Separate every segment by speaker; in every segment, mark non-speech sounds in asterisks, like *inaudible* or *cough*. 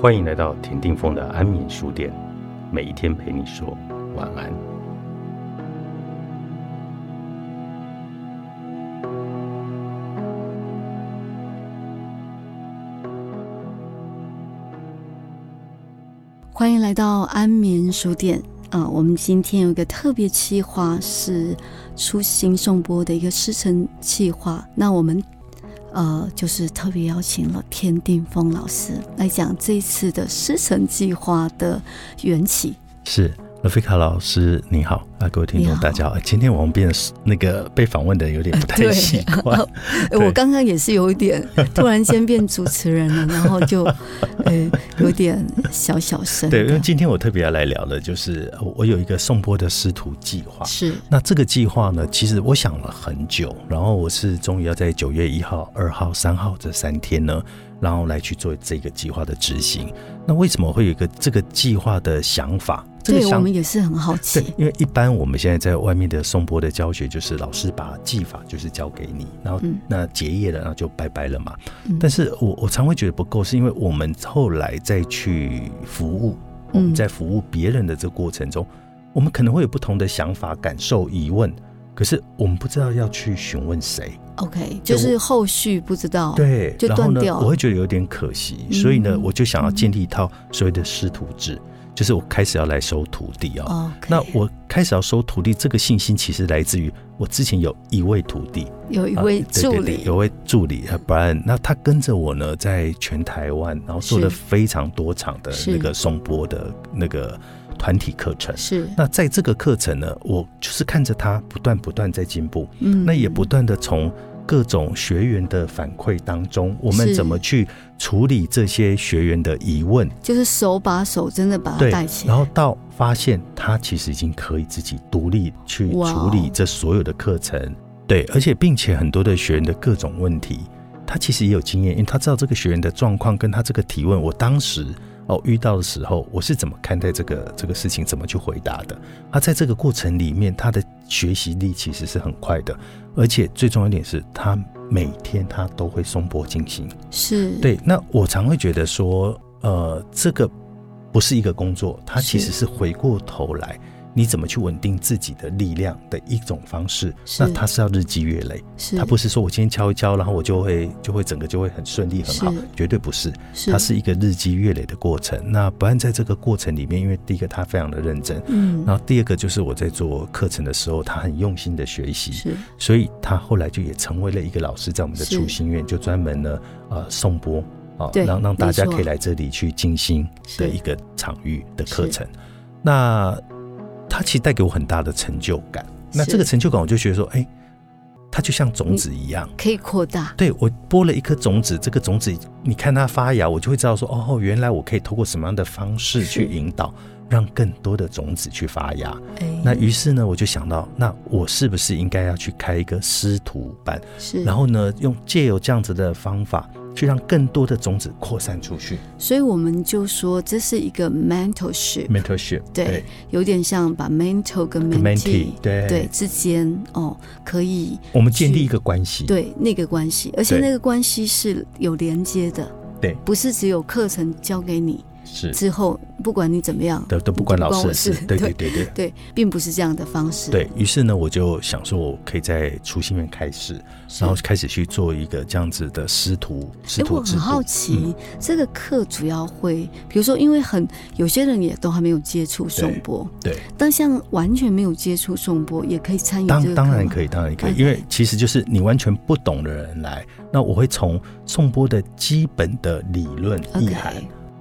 Speaker 1: 欢迎来到田定峰的安眠书店，每一天陪你说晚安。
Speaker 2: 欢迎来到安眠书店啊、我们今天有一个特别企划是出行颂钵的一个师承企划，那我们呃就是特别邀请了田定峰老师来讲这一次的师承计划的缘起。
Speaker 1: 是勒菲卡老师，你好啊，各位听
Speaker 2: 你
Speaker 1: 众
Speaker 2: 好
Speaker 1: 大家好。今天我们变得是那个被访问的有点不太
Speaker 2: 对
Speaker 1: 习惯，
Speaker 2: 哎
Speaker 1: 对
Speaker 2: 我刚刚也是有
Speaker 1: *laughs*
Speaker 2: 一点突然间变主持人了，然后就呃有点小小声的。
Speaker 1: 对，因为今天我特别要来聊的就是呃我有一个颂钵的师徒计划。
Speaker 2: 是
Speaker 1: 那这个计划呢，其实我想了很久，然后我是终于要在九月一号、二号、三号这三天呢，然后来去做这个计划的执行。那为什么会有一个这个计划的想法？这个
Speaker 2: 对我
Speaker 1: 想
Speaker 2: 们也是很好奇
Speaker 1: 对，，因为一般我们现在在外面的颂钵的教学，就是老师把技法就是教给你，然后
Speaker 2: 嗯
Speaker 1: 那结业了，然后就拜拜了嘛。
Speaker 2: 嗯
Speaker 1: 但是我我常会觉得不够，是因为我们后来再去服务，我们
Speaker 2: 嗯
Speaker 1: 在服务别人的这个过程中，我们可能会有不同的想法、感受、疑问，可是我们不知道要去询问谁。
Speaker 2: 嗯 OK，就是后续不知道。
Speaker 1: 对，
Speaker 2: 哦就
Speaker 1: 然后
Speaker 2: 断
Speaker 1: 呢，
Speaker 2: 掉了
Speaker 1: 我会觉得有点可惜，
Speaker 2: 嗯
Speaker 1: 所以呢，我就想要建立一套所谓的师徒制，就是我开始要来收徒弟啊、
Speaker 2: 哦，OK，
Speaker 1: 那我开始要收徒弟，这个信心其实来自于我之前有一位徒弟，
Speaker 2: 有一
Speaker 1: 啊
Speaker 2: 位
Speaker 1: 对
Speaker 2: 助
Speaker 1: 对对
Speaker 2: 理，
Speaker 1: 有位助理呃 Brian，那他跟着我呢，在全台湾，然后做了
Speaker 2: 是
Speaker 1: 非常多场的
Speaker 2: 是
Speaker 1: 那个颂钵的那个团体课程。
Speaker 2: 是，
Speaker 1: 那在这个课程呢，我就是看着他不断不断在进步，
Speaker 2: 嗯
Speaker 1: 那也不断的从各种学员的反馈当中，我们
Speaker 2: 是
Speaker 1: 怎么去处理这些学员的疑问，
Speaker 2: 就是手把手真的把它
Speaker 1: 对
Speaker 2: 带起，来，
Speaker 1: 然后到发现他其实已经可以自己独立去
Speaker 2: 哇
Speaker 1: 处
Speaker 2: 哦
Speaker 1: 理这所有的课程，对，而且并且很多的学员的各种问题，他其实也有经验，因为他知道这个学员的状况跟他这个提问，我当时哦遇到的时候，我是怎么看待这个这个事情，怎么去回答的。他在这个过程里面，他的学习力其实是很快的，而且最重要一点是他每天他都会松波进行。
Speaker 2: 是，
Speaker 1: 对，那我常会觉得说，呃，这个不是一个工作，它其实
Speaker 2: 是
Speaker 1: 是回过头来，你怎么去稳定自己的力量的一种方式。
Speaker 2: 是
Speaker 1: 那它是要日积月累，
Speaker 2: 是，
Speaker 1: 它不是说我今天敲一敲，然后我就会就会整个就会很顺利很好
Speaker 2: 是，
Speaker 1: 绝对不是。
Speaker 2: 是，
Speaker 1: 它是一个日积月累的过程。那不按在这个过程里面，因为第一个他非常的认真，
Speaker 2: 嗯，
Speaker 1: 然后第二个就是我在做课程的时候，他很用心的学习。
Speaker 2: 是
Speaker 1: 所以他后来就也成为了一个老师，在我们的
Speaker 2: 是
Speaker 1: 初心院就专门呢呃颂钵啊，
Speaker 2: 对
Speaker 1: 让让大家
Speaker 2: 没错
Speaker 1: 可以来这里去静心的
Speaker 2: 是
Speaker 1: 一个场域的课程。那他其实带给我很大的成就感。那
Speaker 2: 是
Speaker 1: 这个成就感，我就觉得说，哎、它就像种子一样。
Speaker 2: 可以扩大，
Speaker 1: 对我播了一颗种子，这个种子你看它发芽，我就会知道说，哦，原来我可以透过什么样的方式去
Speaker 2: 是
Speaker 1: 引导，让更多的种子去发芽。
Speaker 2: 哎，
Speaker 1: 那于是呢，我就想到，那我是不是应该要去开一个师徒班？
Speaker 2: 是，
Speaker 1: 然后呢，用借由这样子的方法，去让更多的种子扩散出去
Speaker 2: 所以我们就说这是一个
Speaker 1: 嗯
Speaker 2: mentorship，
Speaker 1: ，mentorship，
Speaker 2: 对，有点像把 mentor 跟
Speaker 1: m e n t
Speaker 2: mentee
Speaker 1: e 对，
Speaker 2: 对之间哦，可以
Speaker 1: 我们建立一个关系，
Speaker 2: 对那个关系，而且
Speaker 1: 对
Speaker 2: 那个关系是有连接的，
Speaker 1: 对
Speaker 2: 不是只有课程教给你
Speaker 1: 是
Speaker 2: 之后，不管你怎么样，
Speaker 1: 的，都不管老师的事
Speaker 2: 不关，我
Speaker 1: 对
Speaker 2: 事
Speaker 1: 对对对。
Speaker 2: 对，并不是这样的方式，
Speaker 1: 对于是呢，我就想说，我可以在初心院开始，
Speaker 2: 是，
Speaker 1: 然后开始去做一个这样子的师徒师
Speaker 2: 哎，我
Speaker 1: 徒制
Speaker 2: 很
Speaker 1: 度。
Speaker 2: 好
Speaker 1: 嗯
Speaker 2: 奇，这个课主要会，比如说，因为很有些人也都还没有接触颂钵，
Speaker 1: 对，
Speaker 2: 但像完全没有接触颂钵，也可以参与这
Speaker 1: 当
Speaker 2: 个
Speaker 1: 当
Speaker 2: 课
Speaker 1: 然
Speaker 2: 吗
Speaker 1: 可以，当然可以，
Speaker 2: OK
Speaker 1: 因为其实就是你完全不懂的人来，那我会从颂钵的基本的理论意
Speaker 2: OK，
Speaker 1: 涵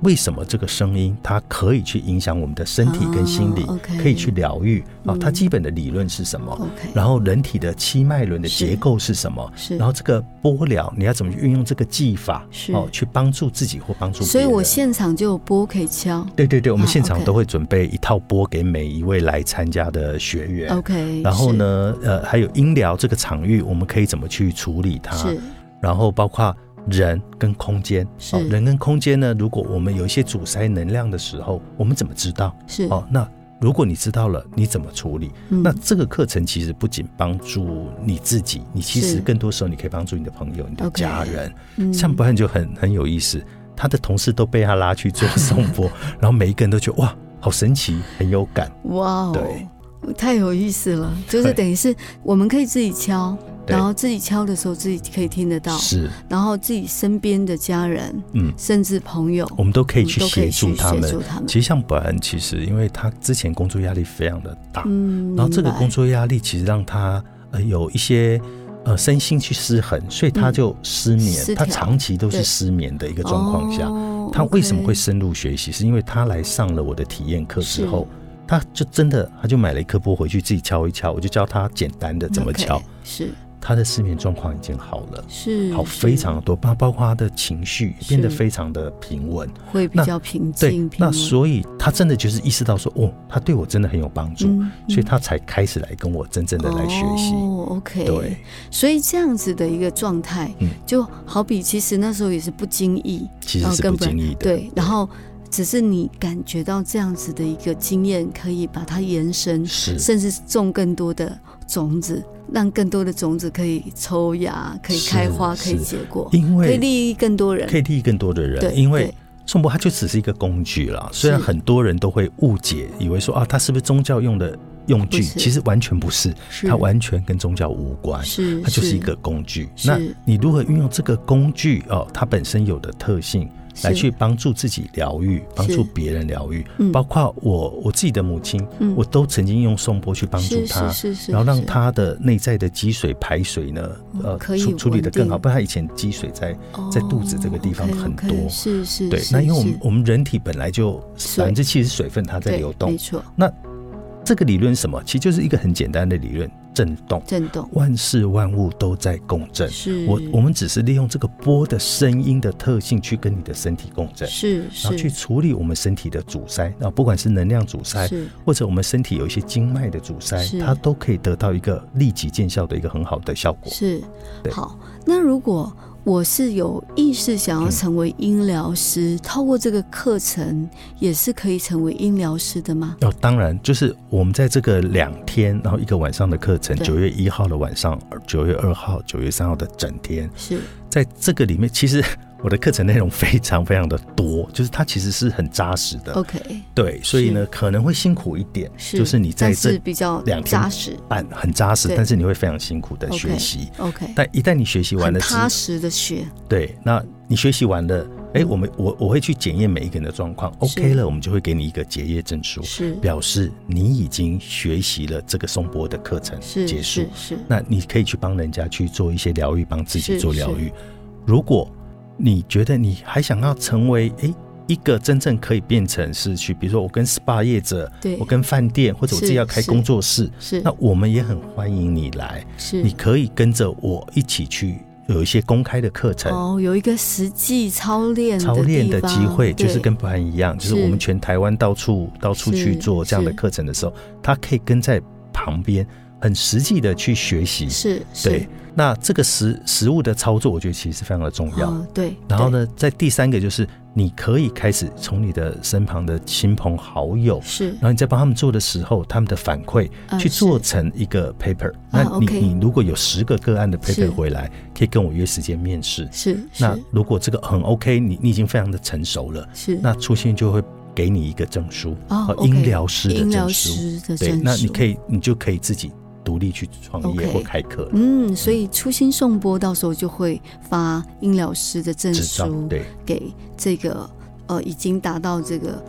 Speaker 1: 为什么这个声音它可以去影响我们的身体跟心理，
Speaker 2: 哦，OK
Speaker 1: 可以去疗愈啊，
Speaker 2: 嗯哦
Speaker 1: 它基本的理论是什么？
Speaker 2: OK，
Speaker 1: 然后人体的七脉轮的结构是什么？
Speaker 2: 是
Speaker 1: 然后这个波疗你要怎么去运用这个技法
Speaker 2: 是
Speaker 1: 哦，去帮助自己或帮助别人？
Speaker 2: 所以我现场就有钵可以敲
Speaker 1: 对对对，我们
Speaker 2: 啊
Speaker 1: 现场
Speaker 2: OK
Speaker 1: 都会准备一套钵给每一位来参加的学
Speaker 2: 哦
Speaker 1: 员。
Speaker 2: ，OK，
Speaker 1: 然后呢，呃，还有音疗这个场域，我们可以怎么去处理它？
Speaker 2: 是？是
Speaker 1: 然后包括人跟空间，哦
Speaker 2: 是
Speaker 1: 人跟空间呢，如果我们有一些阻塞能量的时候，我们怎么知道？
Speaker 2: 是
Speaker 1: 哦，那如果你知道了，你怎么处理？
Speaker 2: 嗯
Speaker 1: 那这个课程其实不仅帮助你自己，你其实
Speaker 2: 是
Speaker 1: 更多时候你可以帮助你的朋友、你的
Speaker 2: OK
Speaker 1: 家人。
Speaker 2: 嗯
Speaker 1: 像不然就很很有意思。他的同事都被他拉去做颂
Speaker 2: *laughs*
Speaker 1: 钵，然后每一个人都觉得哇，好神奇，很有感。
Speaker 2: 哇哦
Speaker 1: 对，
Speaker 2: 太有意思了！就是
Speaker 1: 对
Speaker 2: 等于是我们可以自己敲，
Speaker 1: 对
Speaker 2: 然后自己敲的时候自己可以听得到，
Speaker 1: 是，
Speaker 2: 然后自己身边的家人
Speaker 1: 嗯，
Speaker 2: 甚至朋友，
Speaker 1: 我们都可以去
Speaker 2: 我们都可
Speaker 1: 协
Speaker 2: 以
Speaker 1: 助
Speaker 2: 去
Speaker 1: 他
Speaker 2: 协
Speaker 1: 们。
Speaker 2: 助他们。
Speaker 1: 其实像本人，其实因为他之前工作压力非常的大，
Speaker 2: 嗯，
Speaker 1: 然后这个
Speaker 2: 明白
Speaker 1: 工作压力其实让他呃有一些呃身心去失衡，所以他
Speaker 2: 嗯
Speaker 1: 就失眠，
Speaker 2: 失
Speaker 1: 他
Speaker 2: 调
Speaker 1: 长期都
Speaker 2: 对
Speaker 1: 是失眠的一个状况下。
Speaker 2: 哦
Speaker 1: 他为什么会
Speaker 2: OK
Speaker 1: 深入学习？是因为他来上了我的体验课之
Speaker 2: 是
Speaker 1: 后，他就真的他就买了一颗波回去自己敲一敲，我就教他简单的怎么
Speaker 2: 哦 OK，
Speaker 1: 敲，
Speaker 2: 是
Speaker 1: 他的失眠状况已经好了。
Speaker 2: 是
Speaker 1: 好，非常多，包包括他的情绪也变得
Speaker 2: 是
Speaker 1: 非常的平稳。
Speaker 2: 是会比
Speaker 1: 那
Speaker 2: 较平
Speaker 1: 对
Speaker 2: 静，，平
Speaker 1: 那
Speaker 2: 稳
Speaker 1: 所以他真的就是意识到说，哦，他对我真的很有帮助，
Speaker 2: 嗯
Speaker 1: 所以
Speaker 2: 嗯
Speaker 1: 他才开始来跟我真正的来学习。
Speaker 2: 哦，OK，
Speaker 1: 对，
Speaker 2: 所以这样子的一个状态，
Speaker 1: 嗯
Speaker 2: 就好比其实那时候也是不经意，
Speaker 1: 其实
Speaker 2: 然后
Speaker 1: 是
Speaker 2: 哦根
Speaker 1: 不
Speaker 2: 本
Speaker 1: 经意的。
Speaker 2: 对，然后只是你感觉到这样子的一个经验，可以把它延伸，
Speaker 1: 是
Speaker 2: 甚至种更多的种子，让更多的种子可以抽芽，可以
Speaker 1: 是
Speaker 2: 开花，可以
Speaker 1: 是
Speaker 2: 结果，
Speaker 1: 因
Speaker 2: 可以
Speaker 1: 为
Speaker 2: 利益更多人。
Speaker 1: 可以利益更多的
Speaker 2: 对，
Speaker 1: 人，因为
Speaker 2: 对
Speaker 1: 颂钵它就只是一个工具啦。虽然
Speaker 2: 是
Speaker 1: 很多人都会误解，以为说啊，它是不是宗教用的用具？
Speaker 2: 不是
Speaker 1: 其实完全不是，
Speaker 2: 是
Speaker 1: 它完全跟宗教无关。
Speaker 2: 是
Speaker 1: 它就是一个工具。
Speaker 2: 是
Speaker 1: 那你如何运用这个工具哦，它本身有的特性来
Speaker 2: 是
Speaker 1: 去帮助自己疗愈，帮助别人疗愈，
Speaker 2: 嗯
Speaker 1: 包括我我自己的母亲，
Speaker 2: 嗯
Speaker 1: 我都曾经用颂钵去帮助
Speaker 2: 是
Speaker 1: 她
Speaker 2: 是。是是，
Speaker 1: 然后让
Speaker 2: 是
Speaker 1: 她的内在的积水排水呢，
Speaker 2: 哦
Speaker 1: 呃，
Speaker 2: 可以
Speaker 1: 处处理的更好，
Speaker 2: 稳定
Speaker 1: 不然她以前积水在在肚子这个地方
Speaker 2: 哦
Speaker 1: 很
Speaker 2: OK，OK，
Speaker 1: 多
Speaker 2: 是是，
Speaker 1: 对
Speaker 2: 是。
Speaker 1: 那因为我
Speaker 2: 是
Speaker 1: 们我们人体本来就
Speaker 2: 水
Speaker 1: 百分之七十水分它在
Speaker 2: 对
Speaker 1: 流动
Speaker 2: 没，错，
Speaker 1: 这个理论是什么？其实就是一个很简单的理论，震动，
Speaker 2: 震动
Speaker 1: 万事万物都在共振。
Speaker 2: 是
Speaker 1: 我我们只是利用这个波的声音的特性去跟你的身体共振，
Speaker 2: 是
Speaker 1: 然后
Speaker 2: 是
Speaker 1: 去处理我们身体的阻塞。那不管是能量阻塞，
Speaker 2: 是
Speaker 1: 或者我们身体有一些经脉的阻塞
Speaker 2: 是，
Speaker 1: 它都可以得到一个立即见效的一个很好的效果。
Speaker 2: 是
Speaker 1: 对
Speaker 2: 好。那如果我是有意识想要
Speaker 1: 嗯
Speaker 2: 成为音疗师，透过这个课程也是可以成为音疗师的吗？
Speaker 1: 哦，当然，就是我们在这个两天，然后一个晚上的课程，
Speaker 2: 对
Speaker 1: 九月一号的晚上，九月二号、九月三号的整天，
Speaker 2: 是
Speaker 1: 在这个里面，其实我的课程内容非常非常的多，就是它其实是很扎实的，
Speaker 2: OK，
Speaker 1: 对，所以呢，可能会辛苦一点，
Speaker 2: 是
Speaker 1: 呃就是你在
Speaker 2: 但
Speaker 1: 这
Speaker 2: 是比较
Speaker 1: 两天
Speaker 2: 扎实
Speaker 1: 板很扎实
Speaker 2: 对，
Speaker 1: 但是你会非常辛苦的学习。
Speaker 2: ，OK，
Speaker 1: 但一旦你学习完
Speaker 2: 很
Speaker 1: 了之
Speaker 2: 踏实嗯的学
Speaker 1: 对，那你学习完了，哎，我们我我会去检验每一个人的状况，OK 了，我们就会给你一个结业证书，
Speaker 2: 是
Speaker 1: 表示你已经学习了这个松波的课程
Speaker 2: 是
Speaker 1: 结束
Speaker 2: 是。是
Speaker 1: 那你可以去帮人家去做一些疗愈，帮自己
Speaker 2: 是
Speaker 1: 做疗愈。如果你觉得你还想要成为诶一个真正可以变成是去，比如说我跟 SPA 业者，
Speaker 2: 对
Speaker 1: 我跟饭店，或者我自己
Speaker 2: 是
Speaker 1: 要开
Speaker 2: 是
Speaker 1: 工作室，
Speaker 2: 是
Speaker 1: 那我们也很欢迎你来，
Speaker 2: 是
Speaker 1: 你可以跟着我一起去有一些公开的课程。
Speaker 2: 哦，有一个实际操练
Speaker 1: 操练
Speaker 2: 地
Speaker 1: 的
Speaker 2: 方
Speaker 1: 机会就是
Speaker 2: 对
Speaker 1: 跟不含一样，就是
Speaker 2: 是
Speaker 1: 我们全台湾到处到处去
Speaker 2: 是
Speaker 1: 做这样的
Speaker 2: 是
Speaker 1: 课程的时候，他可以跟在旁边，很实际的去学习。
Speaker 2: 是是哦
Speaker 1: 对，那这个食食物的操作，我觉得其实是非常的重要。
Speaker 2: 哦对，
Speaker 1: 然后
Speaker 2: 对
Speaker 1: 呢，在第三个就是你可以开始从你的身旁的亲朋好友，
Speaker 2: 是
Speaker 1: 然后你在帮他们做的时候，他们的反馈
Speaker 2: 呃
Speaker 1: 去做
Speaker 2: 是
Speaker 1: 成一个 paper、
Speaker 2: 啊
Speaker 1: 那你、
Speaker 2: OK
Speaker 1: 你如果有十个个案的
Speaker 2: 是
Speaker 1: paper 回来，可以跟我约时间面试。
Speaker 2: 是
Speaker 1: 那
Speaker 2: 是
Speaker 1: 如果这个很 OK，你你已经非常的成熟了，
Speaker 2: 是
Speaker 1: 那出现就会给你一个证书，
Speaker 2: 哦
Speaker 1: 呃
Speaker 2: OK，
Speaker 1: 音疗师的
Speaker 2: 音疗
Speaker 1: 证书。
Speaker 2: 师的
Speaker 1: 对，
Speaker 2: 证
Speaker 1: 那你
Speaker 2: 书
Speaker 1: 可以，你就可以自己独立去创业
Speaker 2: OK
Speaker 1: 或开课了。
Speaker 2: 嗯，所以初心颂钵到时候就会发音疗师的证
Speaker 1: 执照
Speaker 2: 书
Speaker 1: 对，
Speaker 2: 给这个呃已经达到这个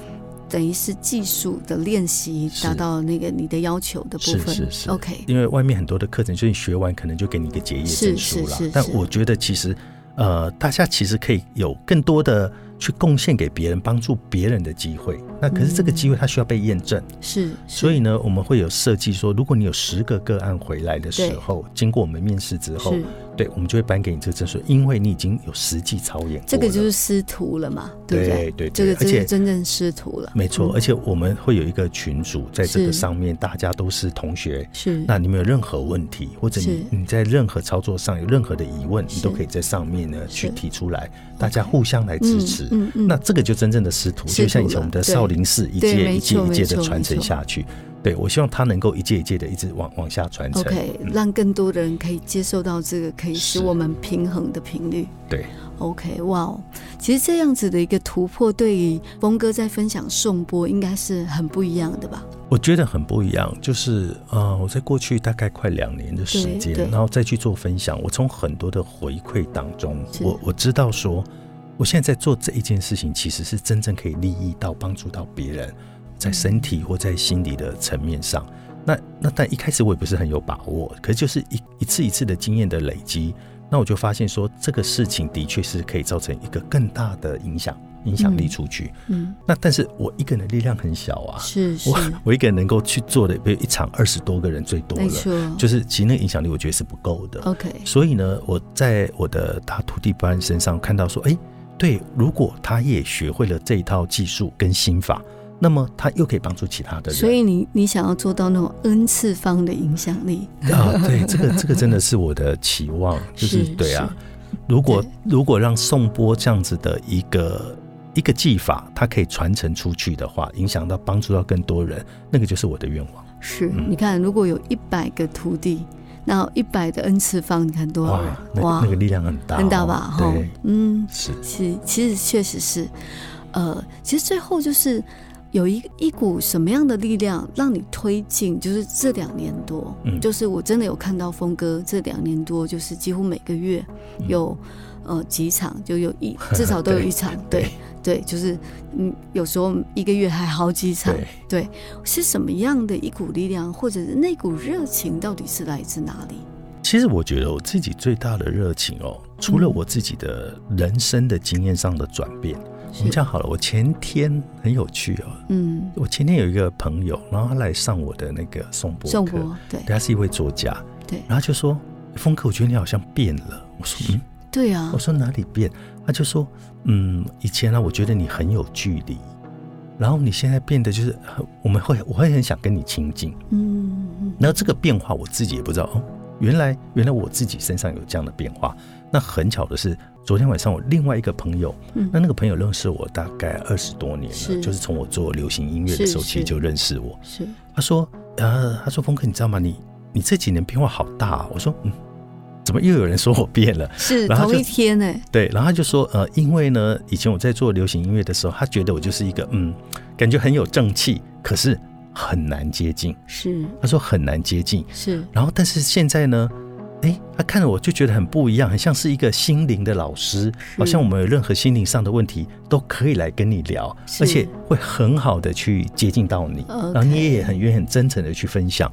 Speaker 2: 等于是技术的练习
Speaker 1: 是
Speaker 2: 达到那个你的要求的部
Speaker 1: 是
Speaker 2: 分。
Speaker 1: 是是
Speaker 2: OK，
Speaker 1: 因为外面很多的课程，所以你学完可能就给你一个结业证书
Speaker 2: 是
Speaker 1: 啦
Speaker 2: 是是。
Speaker 1: 但
Speaker 2: 是
Speaker 1: 我觉得其实，呃，大家其实可以有更多的去贡献给别人、帮助别人的机会。那可是这个机会它需要被验证，
Speaker 2: 嗯是，
Speaker 1: 所
Speaker 2: 以
Speaker 1: 以呢，我们会有设计说，如果你有十个个案回来的时候，经过我们面试之后
Speaker 2: 是，
Speaker 1: 对我们就会颁给你这个证书，因为你已经有实际操演过了。
Speaker 2: 这个就是师徒了嘛，不对？
Speaker 1: 对对对
Speaker 2: 这个就
Speaker 1: 而
Speaker 2: 是
Speaker 1: 且
Speaker 2: 真正师徒了。
Speaker 1: 没错，
Speaker 2: 嗯
Speaker 1: 而且我们会有一个群组，在这
Speaker 2: 是
Speaker 1: 个上面，大家都是同学，
Speaker 2: 是
Speaker 1: 那你们有任何问题，或者你
Speaker 2: 是
Speaker 1: 你在任何操作上有任何的疑问，
Speaker 2: 是
Speaker 1: 你都可以在上面呢
Speaker 2: 是
Speaker 1: 去提出来，大家互相来支持。
Speaker 2: 嗯嗯嗯
Speaker 1: 那这个就真正的师徒，
Speaker 2: 师徒
Speaker 1: 就像以前我们的
Speaker 2: 了对
Speaker 1: 少林寺一
Speaker 2: 对
Speaker 1: 届
Speaker 2: 没
Speaker 1: 一届
Speaker 2: 错
Speaker 1: 一届
Speaker 2: 没
Speaker 1: 的
Speaker 2: 错
Speaker 1: 传
Speaker 2: 没
Speaker 1: 承
Speaker 2: 错
Speaker 1: 下去。对我希望它能够一届一届的一直往往下传承。
Speaker 2: OK，
Speaker 1: 嗯
Speaker 2: 让更多的人可以接受到这个，可以
Speaker 1: 是
Speaker 2: 使我们平衡的频率。
Speaker 1: 对，
Speaker 2: OK，哇哦，其实这样子的一个突破，对于峰哥在分享颂钵，应该是很不一样的吧？
Speaker 1: 我觉得很不一样，就是呃，我在过去大概快两年的时间
Speaker 2: 对对，
Speaker 1: 然后再去做分享，我从很多的回馈当中，
Speaker 2: 是
Speaker 1: 我我知道说，我现在在做这一件事情，其实是真正可以利益到、帮助到别人，在身体或在心理的层面上。那那但一开始我也不是很有把握，可是就是一一次一次的经验的累积，那我就发现说，这个事情的确是可以造成一个更大的影响影响力
Speaker 2: 嗯
Speaker 1: 出去。
Speaker 2: 嗯，
Speaker 1: 那但是我一个人的力量很小啊，
Speaker 2: 是是
Speaker 1: 我，我一个人能够去做的，比如一场二十多个人最多
Speaker 2: 没
Speaker 1: 了，
Speaker 2: 错，哦
Speaker 1: 就是其实那个影响力我觉得是不够的。
Speaker 2: OK，
Speaker 1: 所以呢，我在我的大徒弟班身上看到说，哎，对，如果他也学会了这一套技术跟心法，那么他又可以帮助其他的人。
Speaker 2: 所以你你想要做到那种 n 次方的影响力，
Speaker 1: *laughs* 啊，对，这个这个真的是我的期望，就是
Speaker 2: *laughs* 是
Speaker 1: 对啊。如果如果让颂钵这样子的一个一个技法，它可以传承出去的话，影响到帮助到更多人，那个就是我的愿望。
Speaker 2: 是，
Speaker 1: 嗯
Speaker 2: 你看，如果有一百个徒弟，那一百的 n 次方，你看多少
Speaker 1: 哇
Speaker 2: 人？，
Speaker 1: 那个那个力量很大哦、
Speaker 2: 很大吧？哈
Speaker 1: 对，，
Speaker 2: 嗯，
Speaker 1: 是
Speaker 2: 是，其实确实是，呃，其实最后就是有一一股什么样的力量让你推进？就是这两年多，
Speaker 1: 嗯
Speaker 2: 就是我真的有看到峰哥这两年多，就是几乎每个月
Speaker 1: 嗯
Speaker 2: 有、呃几场，就有
Speaker 1: *laughs*
Speaker 2: 一至少都有一场，对
Speaker 1: 对
Speaker 2: 对，就是嗯，有时候一个月还好几场，
Speaker 1: 对。
Speaker 2: 是什么样的一股力量，或者是那股热情到底是来自哪里？
Speaker 1: 其实我觉得我自己最大的热情哦，除了
Speaker 2: 嗯
Speaker 1: 我自己的人生的经验上的转变，我们
Speaker 2: 是
Speaker 1: 这样好了，我前天很有趣哦，
Speaker 2: 嗯，
Speaker 1: 我前天有一个朋友，然后他来上我的那个颂钵
Speaker 2: 宋
Speaker 1: 课，
Speaker 2: 博，对
Speaker 1: 对他是一位作家，
Speaker 2: 对
Speaker 1: 然后他就说峰哥，我觉得你好像变了。我说嗯，
Speaker 2: 对啊
Speaker 1: 我，说哪里变？他就说嗯，以前呢，我觉得你很有距离，然后你现在变得就是很我们会我会很想跟你亲近。
Speaker 2: 嗯嗯
Speaker 1: 然后这个变化我自己也不知道哦，原来原来我自己身上有这样的变化。那很巧的是，昨天晚上我另外一个朋友，
Speaker 2: 嗯
Speaker 1: 那那个朋友认识我大概二十多年了，
Speaker 2: 是
Speaker 1: 就是从我做流行音乐的时候，
Speaker 2: 是
Speaker 1: 其实
Speaker 2: 是
Speaker 1: 就认识我。
Speaker 2: 是
Speaker 1: 他说，呃，他说峰哥，你知道吗？你你这几年变化好大、啊。我说，嗯，怎么又有人说我变了？ *laughs*
Speaker 2: 是
Speaker 1: 然后
Speaker 2: 同
Speaker 1: 就
Speaker 2: 一天哎呢、
Speaker 1: 对，然后他就说，呃，因为呢，以前我在做流行音乐的时候，他觉得我就是一个嗯，感觉很有正气，可是很难接近。
Speaker 2: 是
Speaker 1: 他说很难接近。
Speaker 2: 是
Speaker 1: 然后但是现在呢，哎，他看着我就觉得很不一样，很像是一个心灵的老师，好像我们有任何心灵上的问题都可以来跟你聊，
Speaker 2: 是
Speaker 1: 而且会很好的去接近到你，
Speaker 2: OK
Speaker 1: 然后你也很愿意很真诚的去分享。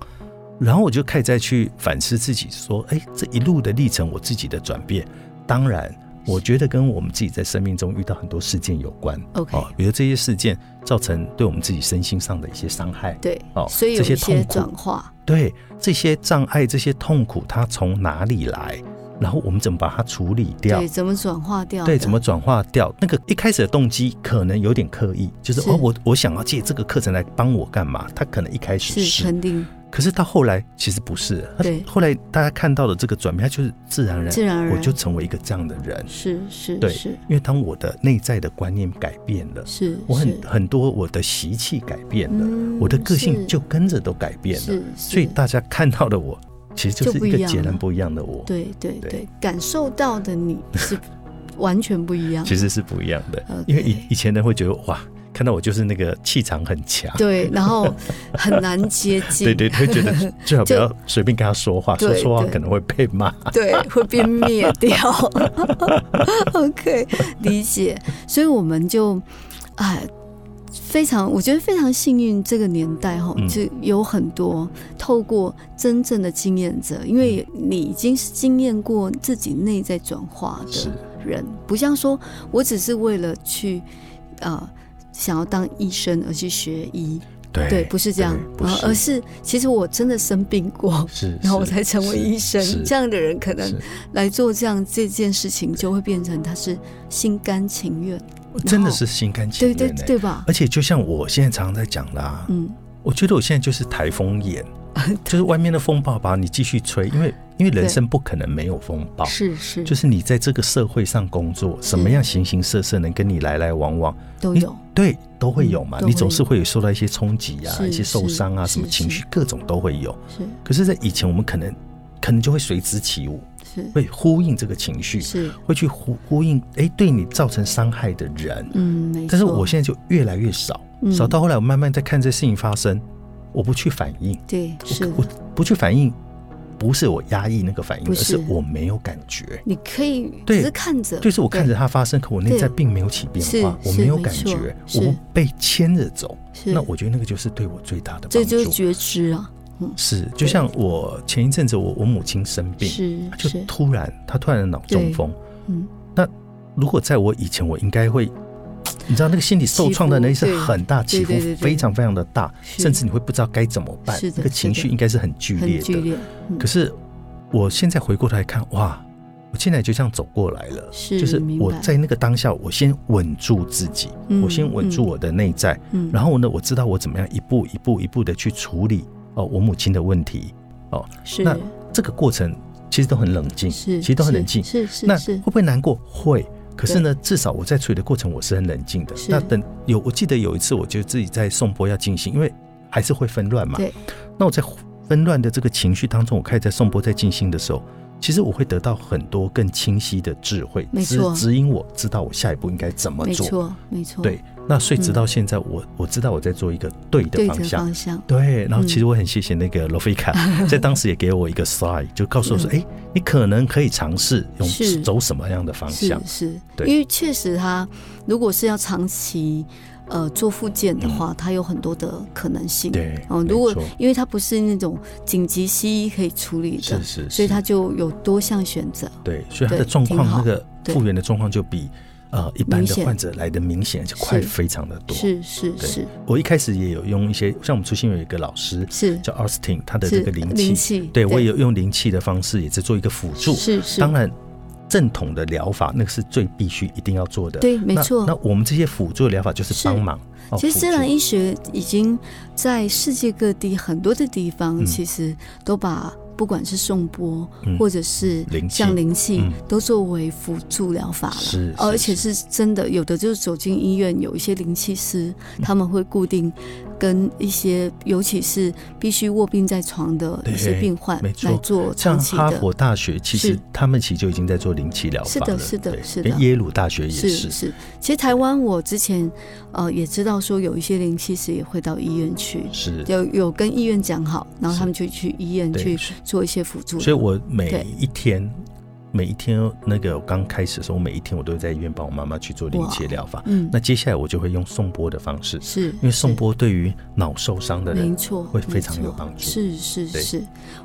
Speaker 1: 然后我就开始再去反思自己，说，哎，这一路的历程，我自己的转变，当然，我觉得跟我们自己在生命中遇到很多事件有关。
Speaker 2: OK
Speaker 1: 哦，比如这些事件造成对我们自己身心上的一些伤害，
Speaker 2: 对，
Speaker 1: 哦
Speaker 2: 所以有
Speaker 1: 这些
Speaker 2: 一些
Speaker 1: 痛苦
Speaker 2: 转化，
Speaker 1: 对这些障碍、这些痛苦，它从哪里来？然后我们怎么把它处理掉
Speaker 2: 对，？怎么转化掉？
Speaker 1: 对，怎么？转化掉？那个一开始的动机可能有点刻意，就是
Speaker 2: 是
Speaker 1: 哦，我我想要借这个课程来帮我干嘛？他可能一开始
Speaker 2: 是
Speaker 1: 是，
Speaker 2: 肯定
Speaker 1: 可是到后来其实不是。他
Speaker 2: 对
Speaker 1: 后来大家看到的这个转变，他就是自然而然，
Speaker 2: 自然而然
Speaker 1: 我就成为一个这样的人。
Speaker 2: 是是
Speaker 1: 对
Speaker 2: 是
Speaker 1: 因为当我的内在的观念改变了，
Speaker 2: 是，
Speaker 1: 我很
Speaker 2: 是
Speaker 1: 很多我的习气改变了，
Speaker 2: 嗯
Speaker 1: 我的个性
Speaker 2: 是
Speaker 1: 就跟着都改变了。
Speaker 2: 是，
Speaker 1: 所以
Speaker 2: 是
Speaker 1: 大家看到的我，其实就是
Speaker 2: 就不
Speaker 1: 一
Speaker 2: 一
Speaker 1: 个
Speaker 2: 样
Speaker 1: 截然
Speaker 2: 了
Speaker 1: 不一样的我，
Speaker 2: 对对
Speaker 1: 对
Speaker 2: 对，感受到的你是完全不一
Speaker 1: *laughs*
Speaker 2: 样的，
Speaker 1: 其实是不一样的。
Speaker 2: 啊 OK
Speaker 1: 因为以以前人会觉得哇，看到我就是那个气场很强，
Speaker 2: 对，然后很难接近，
Speaker 1: *laughs* 对对，会觉得
Speaker 2: *laughs*
Speaker 1: 最好不
Speaker 2: 就
Speaker 1: 要随便跟他说话，说
Speaker 2: 对
Speaker 1: 错话
Speaker 2: 对
Speaker 1: 可能会被骂。 *laughs*
Speaker 2: 对，会被灭掉。OK，理解。所以我们就，哎，非常，我觉得非常幸运，这个年代哈
Speaker 1: 嗯，
Speaker 2: 就有很多透过真正的经验者，因为
Speaker 1: 嗯
Speaker 2: 你已经是经验过自己内在转化
Speaker 1: 是
Speaker 2: 的人，不像说我只是为了去，呃。想要当医生而去学医，
Speaker 1: 哎对
Speaker 2: 对，不是这样，
Speaker 1: 不
Speaker 2: 啊
Speaker 1: 是，
Speaker 2: 而是其实我真的生病过，
Speaker 1: 是，
Speaker 2: 然后我
Speaker 1: 是
Speaker 2: 才成为
Speaker 1: 是
Speaker 2: 医生
Speaker 1: 是。
Speaker 2: 这样的人可能
Speaker 1: 是
Speaker 2: 来做这样这件事情，就会变成他是心甘情愿，
Speaker 1: 真的
Speaker 2: 后
Speaker 1: 是心甘情
Speaker 2: 对
Speaker 1: 愿
Speaker 2: 对
Speaker 1: 欸
Speaker 2: 对吧？
Speaker 1: 而且就像我现在常常在讲的啊，
Speaker 2: 嗯， *laughs*
Speaker 1: 我觉得我现在就是台风眼，就是外面的风暴把你继续吹，因为因为人生不可能没有风暴，
Speaker 2: 是是，
Speaker 1: 就是你在这个社会上工作，什么样形形色色能跟你来来往往，
Speaker 2: 嗯都
Speaker 1: 你
Speaker 2: 有，
Speaker 1: 对，都会有嘛
Speaker 2: 嗯，都会
Speaker 1: 你总是会有受到一些冲击啊，
Speaker 2: 是
Speaker 1: 一些受伤啊，
Speaker 2: 是
Speaker 1: 什么情绪
Speaker 2: 是
Speaker 1: 各种都会有。
Speaker 2: 是
Speaker 1: 可是，在以前我们可能可能就会随之起舞，
Speaker 2: 是
Speaker 1: 会呼应这个情绪，
Speaker 2: 是，
Speaker 1: 会去呼呼应哎对你造成伤害的人。
Speaker 2: 嗯，没错。
Speaker 1: 但是我现在就越来越少，
Speaker 2: 嗯
Speaker 1: 少到后来我慢慢在看这事情发生，我不去反应，
Speaker 2: 对
Speaker 1: 我
Speaker 2: 是的
Speaker 1: 我不去反应，不是我压抑那个反应，
Speaker 2: 不
Speaker 1: 而
Speaker 2: 是
Speaker 1: 是我没有感觉。
Speaker 2: 你可以
Speaker 1: 对
Speaker 2: 只是看着，
Speaker 1: 就是我看着它发生，可我内在并没有起变化，
Speaker 2: 是
Speaker 1: 我没有
Speaker 2: 是
Speaker 1: 感觉
Speaker 2: 没，
Speaker 1: 我
Speaker 2: 错
Speaker 1: 不
Speaker 2: 是
Speaker 1: 被牵着走。
Speaker 2: 是
Speaker 1: 那我觉得那个就是对我最大的
Speaker 2: 这
Speaker 1: 帮
Speaker 2: 就是
Speaker 1: 助。
Speaker 2: 觉知啊，
Speaker 1: 是，就像我前一阵子我我母亲生病，
Speaker 2: 是，
Speaker 1: 她就是突然她突然脑中风。
Speaker 2: 嗯，
Speaker 1: 如果在我以前，我应该会，你知道那个心理受创的那
Speaker 2: 起伏
Speaker 1: 是很大
Speaker 2: 对
Speaker 1: 起伏
Speaker 2: 对对对，
Speaker 1: 非常非常的大，
Speaker 2: 是
Speaker 1: 甚至你会不知道该怎么办
Speaker 2: 是的，
Speaker 1: 那个情
Speaker 2: 是
Speaker 1: 绪
Speaker 2: 的
Speaker 1: 应该是很剧
Speaker 2: 很
Speaker 1: 烈
Speaker 2: 剧
Speaker 1: 的。
Speaker 2: 烈，嗯
Speaker 1: 可是我现在回过头来看，哇，我现在就这样走过来了。
Speaker 2: 是
Speaker 1: 就是
Speaker 2: 明
Speaker 1: 我
Speaker 2: 白
Speaker 1: 在那个当下，我先稳住自己，
Speaker 2: 嗯
Speaker 1: 我先稳住我的内在，
Speaker 2: 嗯，
Speaker 1: 然
Speaker 2: 后
Speaker 1: 后呢，我知道我怎么样一步一步一步的去处理哦我母亲的问题。
Speaker 2: 是
Speaker 1: 那这个过程其实都很冷静，
Speaker 2: 是，
Speaker 1: 其实都很
Speaker 2: 是
Speaker 1: 冷静。
Speaker 2: 是是
Speaker 1: 那
Speaker 2: 是
Speaker 1: 会不会难过？会。可是呢，至少我在处理的过程我是很冷静的。
Speaker 2: 是
Speaker 1: 那等有，我记得有一次，我就自己在送波要进行，因为还是会纷乱嘛。
Speaker 2: 对。
Speaker 1: 那我在纷乱的这个情绪当中，我开始在送波在进行的时候，其实我会得到很多更清晰的智慧，
Speaker 2: 没
Speaker 1: 指
Speaker 2: 错
Speaker 1: 指引我知道我下一步应该怎么
Speaker 2: 没
Speaker 1: 做。
Speaker 2: 错没错，
Speaker 1: 对，那所以直
Speaker 2: 嗯
Speaker 1: 到现在我，我、知道我在做一个对的
Speaker 2: 对
Speaker 1: 方
Speaker 2: 着
Speaker 1: 向。
Speaker 2: 方向，
Speaker 1: 对，然后
Speaker 2: 嗯
Speaker 1: 其实我很谢谢那个罗菲
Speaker 2: *laughs*
Speaker 1: 卡，在当时也给我一个 sign，就告诉我说，哎、你可能可以尝试
Speaker 2: 嗯是
Speaker 1: 用走什么样的方
Speaker 2: 是
Speaker 1: 向。
Speaker 2: 是，
Speaker 1: 对
Speaker 2: 因为确实他如果是要长期呃做复健的话，它有很多的可能
Speaker 1: 嗯
Speaker 2: 性。
Speaker 1: 对
Speaker 2: 哦，
Speaker 1: 没
Speaker 2: 如果
Speaker 1: 错
Speaker 2: 因为它不是那种紧急西医可以处理的
Speaker 1: 是，是，
Speaker 2: 所
Speaker 1: 是
Speaker 2: 以它就有多项选择。
Speaker 1: 对，所以他
Speaker 2: 对
Speaker 1: 的状
Speaker 2: 挺
Speaker 1: 况
Speaker 2: 好
Speaker 1: 那个
Speaker 2: 对
Speaker 1: 复原的状况就比呃一般
Speaker 2: 明
Speaker 1: 的
Speaker 2: 显
Speaker 1: 患者来的明显，而且快
Speaker 2: 是
Speaker 1: 非常的多。
Speaker 2: 是是
Speaker 1: 对
Speaker 2: 是
Speaker 1: 我一开始也有用一些，像我们初心有一个老师
Speaker 2: 是
Speaker 1: 叫 Austin，他的
Speaker 2: 是
Speaker 1: 这个灵
Speaker 2: 灵
Speaker 1: 气，
Speaker 2: 气，
Speaker 1: 对我也有用灵气的方式也在做一个辅助。
Speaker 2: 是是，
Speaker 1: 当然，正统的疗法那个是最必须一定要做的。
Speaker 2: 对，没
Speaker 1: 那
Speaker 2: 错
Speaker 1: 那。我们这些辅助的疗法就是
Speaker 2: 是
Speaker 1: 帮忙。哦
Speaker 2: 其
Speaker 1: 辅
Speaker 2: 实自然
Speaker 1: 助
Speaker 2: 医学已经在世界各地很多的地方，
Speaker 1: 嗯
Speaker 2: 其实都把不管是颂钵、
Speaker 1: 嗯
Speaker 2: 或者是
Speaker 1: 灵气
Speaker 2: 像灵气，
Speaker 1: 嗯
Speaker 2: 都作为辅助疗法了。
Speaker 1: 是是
Speaker 2: 哦而且
Speaker 1: 是
Speaker 2: 是真的，有的就是走进医院，有一些灵气师，
Speaker 1: 嗯
Speaker 2: 他们会固定跟一些，尤其是必须卧病在床的一些
Speaker 1: 对
Speaker 2: 病患
Speaker 1: 没错
Speaker 2: 来做
Speaker 1: 像
Speaker 2: 长期
Speaker 1: 哈
Speaker 2: 的。
Speaker 1: 佛大学，其实
Speaker 2: 是
Speaker 1: 他们其实就已经在做灵气疗法
Speaker 2: 是的
Speaker 1: 了
Speaker 2: 是的
Speaker 1: 对
Speaker 2: 是
Speaker 1: 连
Speaker 2: 的
Speaker 1: 耶鲁大学也
Speaker 2: 是
Speaker 1: 是，
Speaker 2: 是，其实台湾我之前呃也知道说有一些灵气师也会到医院去，
Speaker 1: 是
Speaker 2: 有有跟医院讲好，然后
Speaker 1: 是
Speaker 2: 他们就去医院
Speaker 1: 对
Speaker 2: 去
Speaker 1: 是
Speaker 2: 做一些辅助。
Speaker 1: 所以我每
Speaker 2: 对
Speaker 1: 一天，每一天那个我刚开始的时候，我每一天我都会在医院帮我妈妈去做灵气疗法。
Speaker 2: 嗯，
Speaker 1: 那接下来我就会用送波的方式，
Speaker 2: 是
Speaker 1: 因为送波对于脑受伤的
Speaker 2: 是没
Speaker 1: 人
Speaker 2: 错，
Speaker 1: 会非常
Speaker 2: 没错
Speaker 1: 有帮助
Speaker 2: 是是
Speaker 1: 对
Speaker 2: 是，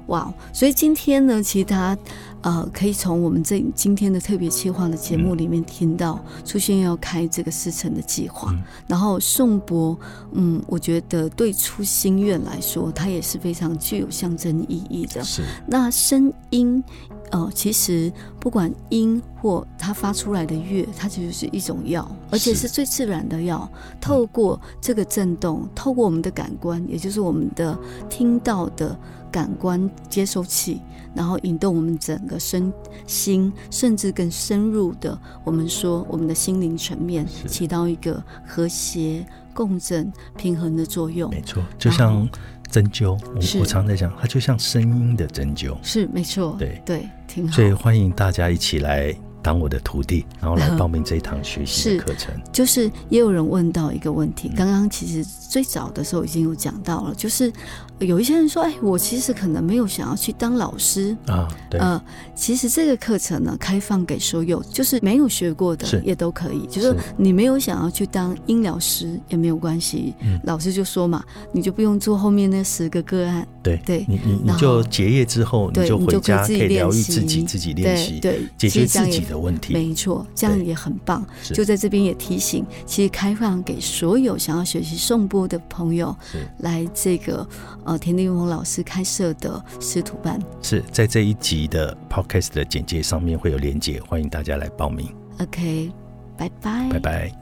Speaker 2: 哇！所以今天呢，其实大家呃可以从我们这今天的特别企划的节
Speaker 1: 嗯
Speaker 2: 目里面听到，出现要开这个师承的计划，
Speaker 1: 嗯
Speaker 2: 然后颂钵，嗯，我觉得对出心愿来说，它也是非常具有象征意义的。
Speaker 1: 是
Speaker 2: 那声音，呃，其实不管音或它发出来的乐，它就是一种药，而且
Speaker 1: 是
Speaker 2: 是最自然的药。透过这个震动，透过我们的感官，也就是我们的听到的感官接收器，然后引动我们整个身心，甚至更深入的，我们说我们的心灵层面
Speaker 1: 是
Speaker 2: 起到一个和谐、共振、平衡的作用。
Speaker 1: 没错，就像针灸，
Speaker 2: 是
Speaker 1: 我我常在讲，它就像声音的针灸。
Speaker 2: 是没错，
Speaker 1: 对
Speaker 2: 对，挺好
Speaker 1: 所。以欢迎大家一起来当我的徒弟，然后来报名这一堂学习
Speaker 2: 是
Speaker 1: 的课程。
Speaker 2: 就是也有人问到一个问题，
Speaker 1: 嗯
Speaker 2: 刚刚其实最早的时候已经有讲到了，就是有一些人说，哎，我其实可能没有想要去当老师。
Speaker 1: 啊，对，
Speaker 2: 呃，其实这个课程呢，开放给所有，就是没有学过的
Speaker 1: 是
Speaker 2: 也都可以。就是
Speaker 1: 是
Speaker 2: 你没有想要去当音疗师也没有关系，
Speaker 1: 嗯
Speaker 2: 老师就说嘛，你就不用做后面那十个个案，
Speaker 1: 对，
Speaker 2: 对
Speaker 1: 你你
Speaker 2: 然
Speaker 1: 你
Speaker 2: 后
Speaker 1: 就结业之后，
Speaker 2: 对
Speaker 1: 你就
Speaker 2: 你
Speaker 1: 回
Speaker 2: 就可以
Speaker 1: 家
Speaker 2: 自
Speaker 1: 可
Speaker 2: 己
Speaker 1: 以疗愈
Speaker 2: 练
Speaker 1: 自己，
Speaker 2: 习
Speaker 1: 自己练
Speaker 2: 对
Speaker 1: 习，
Speaker 2: 对，
Speaker 1: 解
Speaker 2: 其
Speaker 1: 决
Speaker 2: 实这
Speaker 1: 自
Speaker 2: 样也
Speaker 1: 己的问题。
Speaker 2: 没错，这样
Speaker 1: 对
Speaker 2: 也很棒。
Speaker 1: 是
Speaker 2: 就在这边也提醒，其实开放给所有想要学习颂钵的朋友
Speaker 1: 是
Speaker 2: 来这个呃田定峰老师开设的师徒班。
Speaker 1: 是在这一集的 podcast 的简介上面会有连接，欢迎大家来报名。
Speaker 2: OK，拜拜，
Speaker 1: 拜拜。